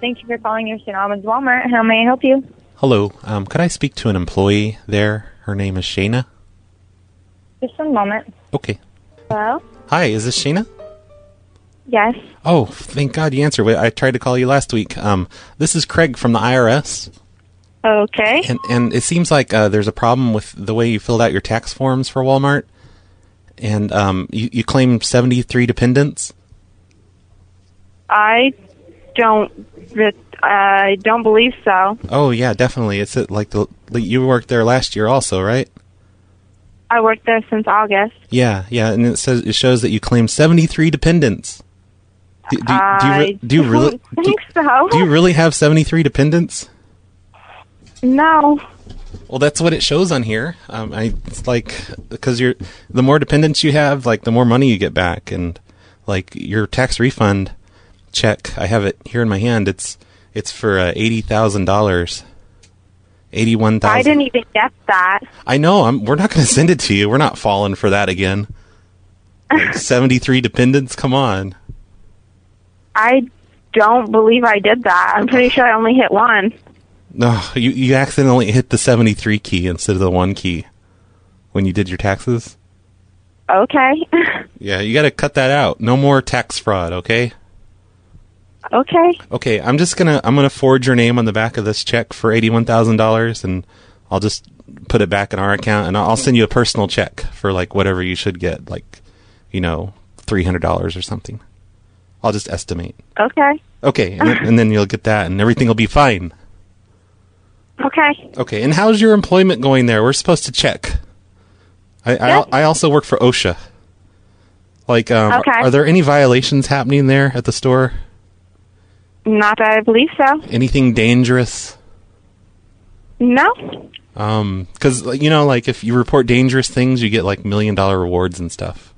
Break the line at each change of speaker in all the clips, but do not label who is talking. Thank you for calling your St. Albans Walmart. How may I help you?
Hello. Um, could I speak to an employee there? Her name is Shayna.
Just one moment.
Okay.
Hello?
Hi, is this Shayna?
Yes.
Oh, thank God you answered. Wait, I tried to call you last week. Um, this is Craig from the IRS,
Okay.
and and it seems like uh, there's a problem with the way you filled out your tax forms for Walmart, and um, you, you claim 73 dependents.
I don't. I don't believe so.
Oh yeah, definitely. It's at, like the you worked there last year also, right?
I worked there since August.
Yeah, yeah, and it says it shows that you claim 73 dependents. Do, do, do you re-
I
do you really
don't
do,
think so.
do you really have 73 dependents?
no.
Well, that's what it shows on here. Um, I it's like because you're the more dependents you have, like the more money you get back, and like your tax refund check. I have it here in my hand. It's it's for uh, eighty thousand dollars. Eighty-one
I
thousand.
didn't even get that.
I know. I'm, we're not going to send it to you. We're not falling for that again. Like, Seventy-three dependents. Come on.
I don't believe I did that. I'm pretty sure I only hit one.
No, you you accidentally hit the seventy-three key instead of the one key when you did your taxes.
Okay.
Yeah, you got to cut that out. No more tax fraud. Okay.
okay.
Okay, I'm just gonna I'm gonna forge your name on the back of this check for eighty one thousand dollars, and I'll just put it back in our account, and I'll I'll send you a personal check for like whatever you should get, like you know three hundred dollars or something. I'll just estimate.
Okay.
Okay, and then, and then you'll get that, and everything will be fine.
Okay.
Okay, and how's your employment going there? We're supposed to check. I I, al- I also work for OSHA. Like, um,
Okay.
are there any violations happening there at the store?
Not that I believe so.
Anything dangerous?
No.
Um, because you know, like if you report dangerous things, you get like million dollar rewards and stuff.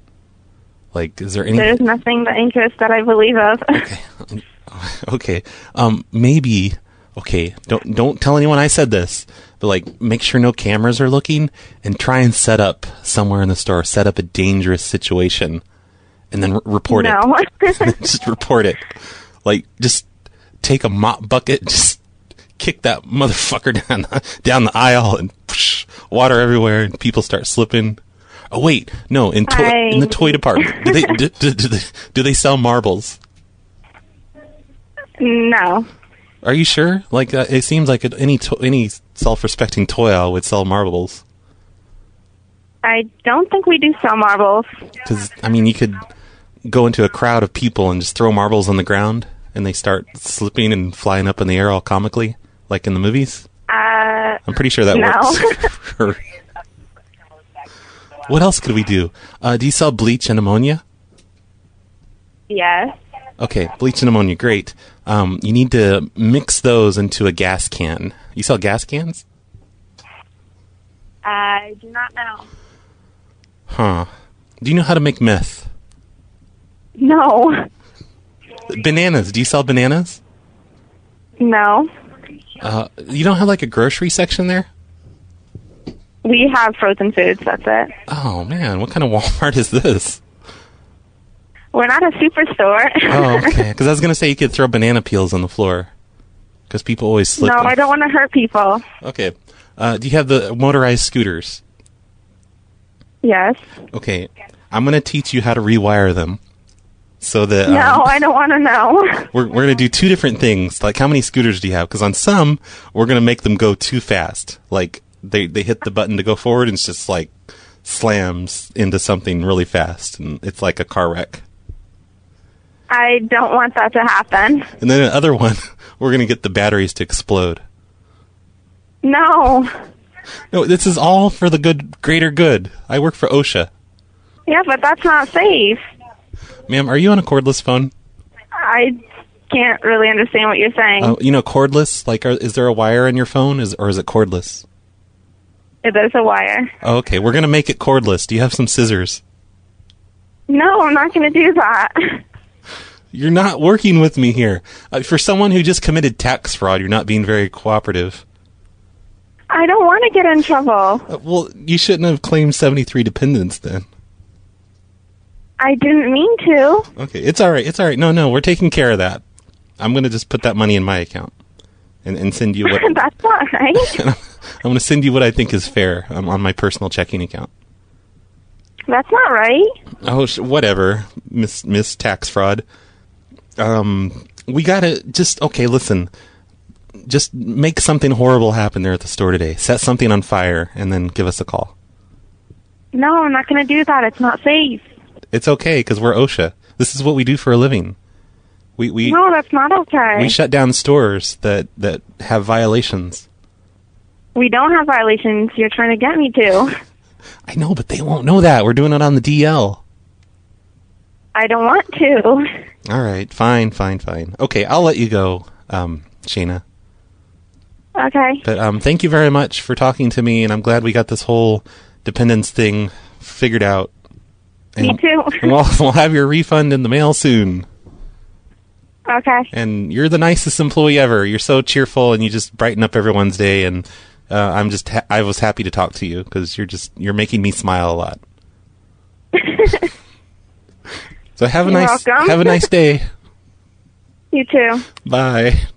Like, is there any?
There's nothing dangerous that I believe of.
okay, um, maybe. Okay, don't don't tell anyone I said this, but like, make sure no cameras are looking, and try and set up somewhere in the store, set up a dangerous situation, and then r- report it.
no.
just report it. Like, just take a mop bucket, just kick that motherfucker down the, down the aisle, and psh, water everywhere, and people start slipping. Oh wait, no, in toy
Hi.
in the toy department, do they do, do, do they do they sell marbles?
no.
Are you sure? Like, uh, it seems like it- any to- any self respecting toy aisle would sell marbles.
I don't think we do sell marbles.
Because I mean, you could go into a crowd of people and just throw marbles on the ground, and they start slipping and flying up in the air all comically, like in the movies.
Uh,
I'm pretty sure that
No.
works. what else could we do? Uh, do you sell bleach and ammonia?
yes.
Okay, bleach and ammonia, great. Um, you need to mix those into a gas can. You sell gas cans?
I do not know.
Huh. Do you know how to make meth?
No.
Bananas. Do you sell bananas?
No.
Uh, you don't have like a grocery section there?
We have frozen foods. That's it.
Oh man, what kind of Walmart is this?
We're not a superstore.
Oh, okay. Because I was gonna say you could throw banana peels on the floor, because people always slip.
no,
them.
I don't want to hurt people.
Okay. Uh, do you have the motorized scooters?
Yes.
Okay, I'm gonna teach you how to rewire them, so that um,
No, I don't want to know.
we're we're gonna do two different things. Like, how many scooters do you have? Because on some, we're gonna make them go too fast. Like they they hit the button to go forward, and it's just like slams into something really fast, and it's like a car wreck.
I don't want that to happen.
And then the other one, we're gonna get the batteries to explode.
No.
No, this is all for the good, greater good. I work for OSHA,
Yeah, but that's not safe.
ma'am. Are you on a cordless phone?
I can't really understand what you're saying.
Uh, you know, cordless. Like, are, is there a wire in your phone? Is or is it cordless? Oh,
It is a wire.
Okay, we're gonna make it cordless. Do you have some scissors?
No, I'm not going to do that.
You're not working with me here. Uh, for someone who just committed tax fraud, you're not being very cooperative.
I don't want to get in trouble.
Uh, well, you shouldn't have claimed 73 dependents then.
I didn't mean to.
Okay, it's all right. It's all right. No, no, we're taking care of that. I'm going to just put that money in my account and, and send you what
That's not right.
I'm going to send you what I think is fair um, on my personal checking account.
That's not right.
Oh, sh- whatever, Miss Miss Tax Fraud. Um, we gotta just okay. Listen, just make something horrible happen there at the store today. Set something on fire and then give us a call.
No, I'm not going to do that. It's not safe.
It's okay because we're OSHA. This is what we do for a living. We we
No, that's not okay.
we shut down stores that that have violations.
we don't have violations. You're trying to get me to.
I know, but they won't know that we're doing it on the DL.
I don't want to.
All right, fine, fine, fine. Okay, I'll let you go, um, Sheena.
Okay.
But um, thank you very much for talking to me, and I'm glad we got this whole dependence thing figured out. And,
Me too.
and we'll, we'll have your refund in the mail soon.
Okay.
And you're the nicest employee ever. You're so cheerful, and you just brighten up everyone's day. And uh, I'm just ha- I was happy to talk to you because you're just you're making me smile a lot. so have a
You're
nice
welcome.
have a nice day.
You too.
Bye.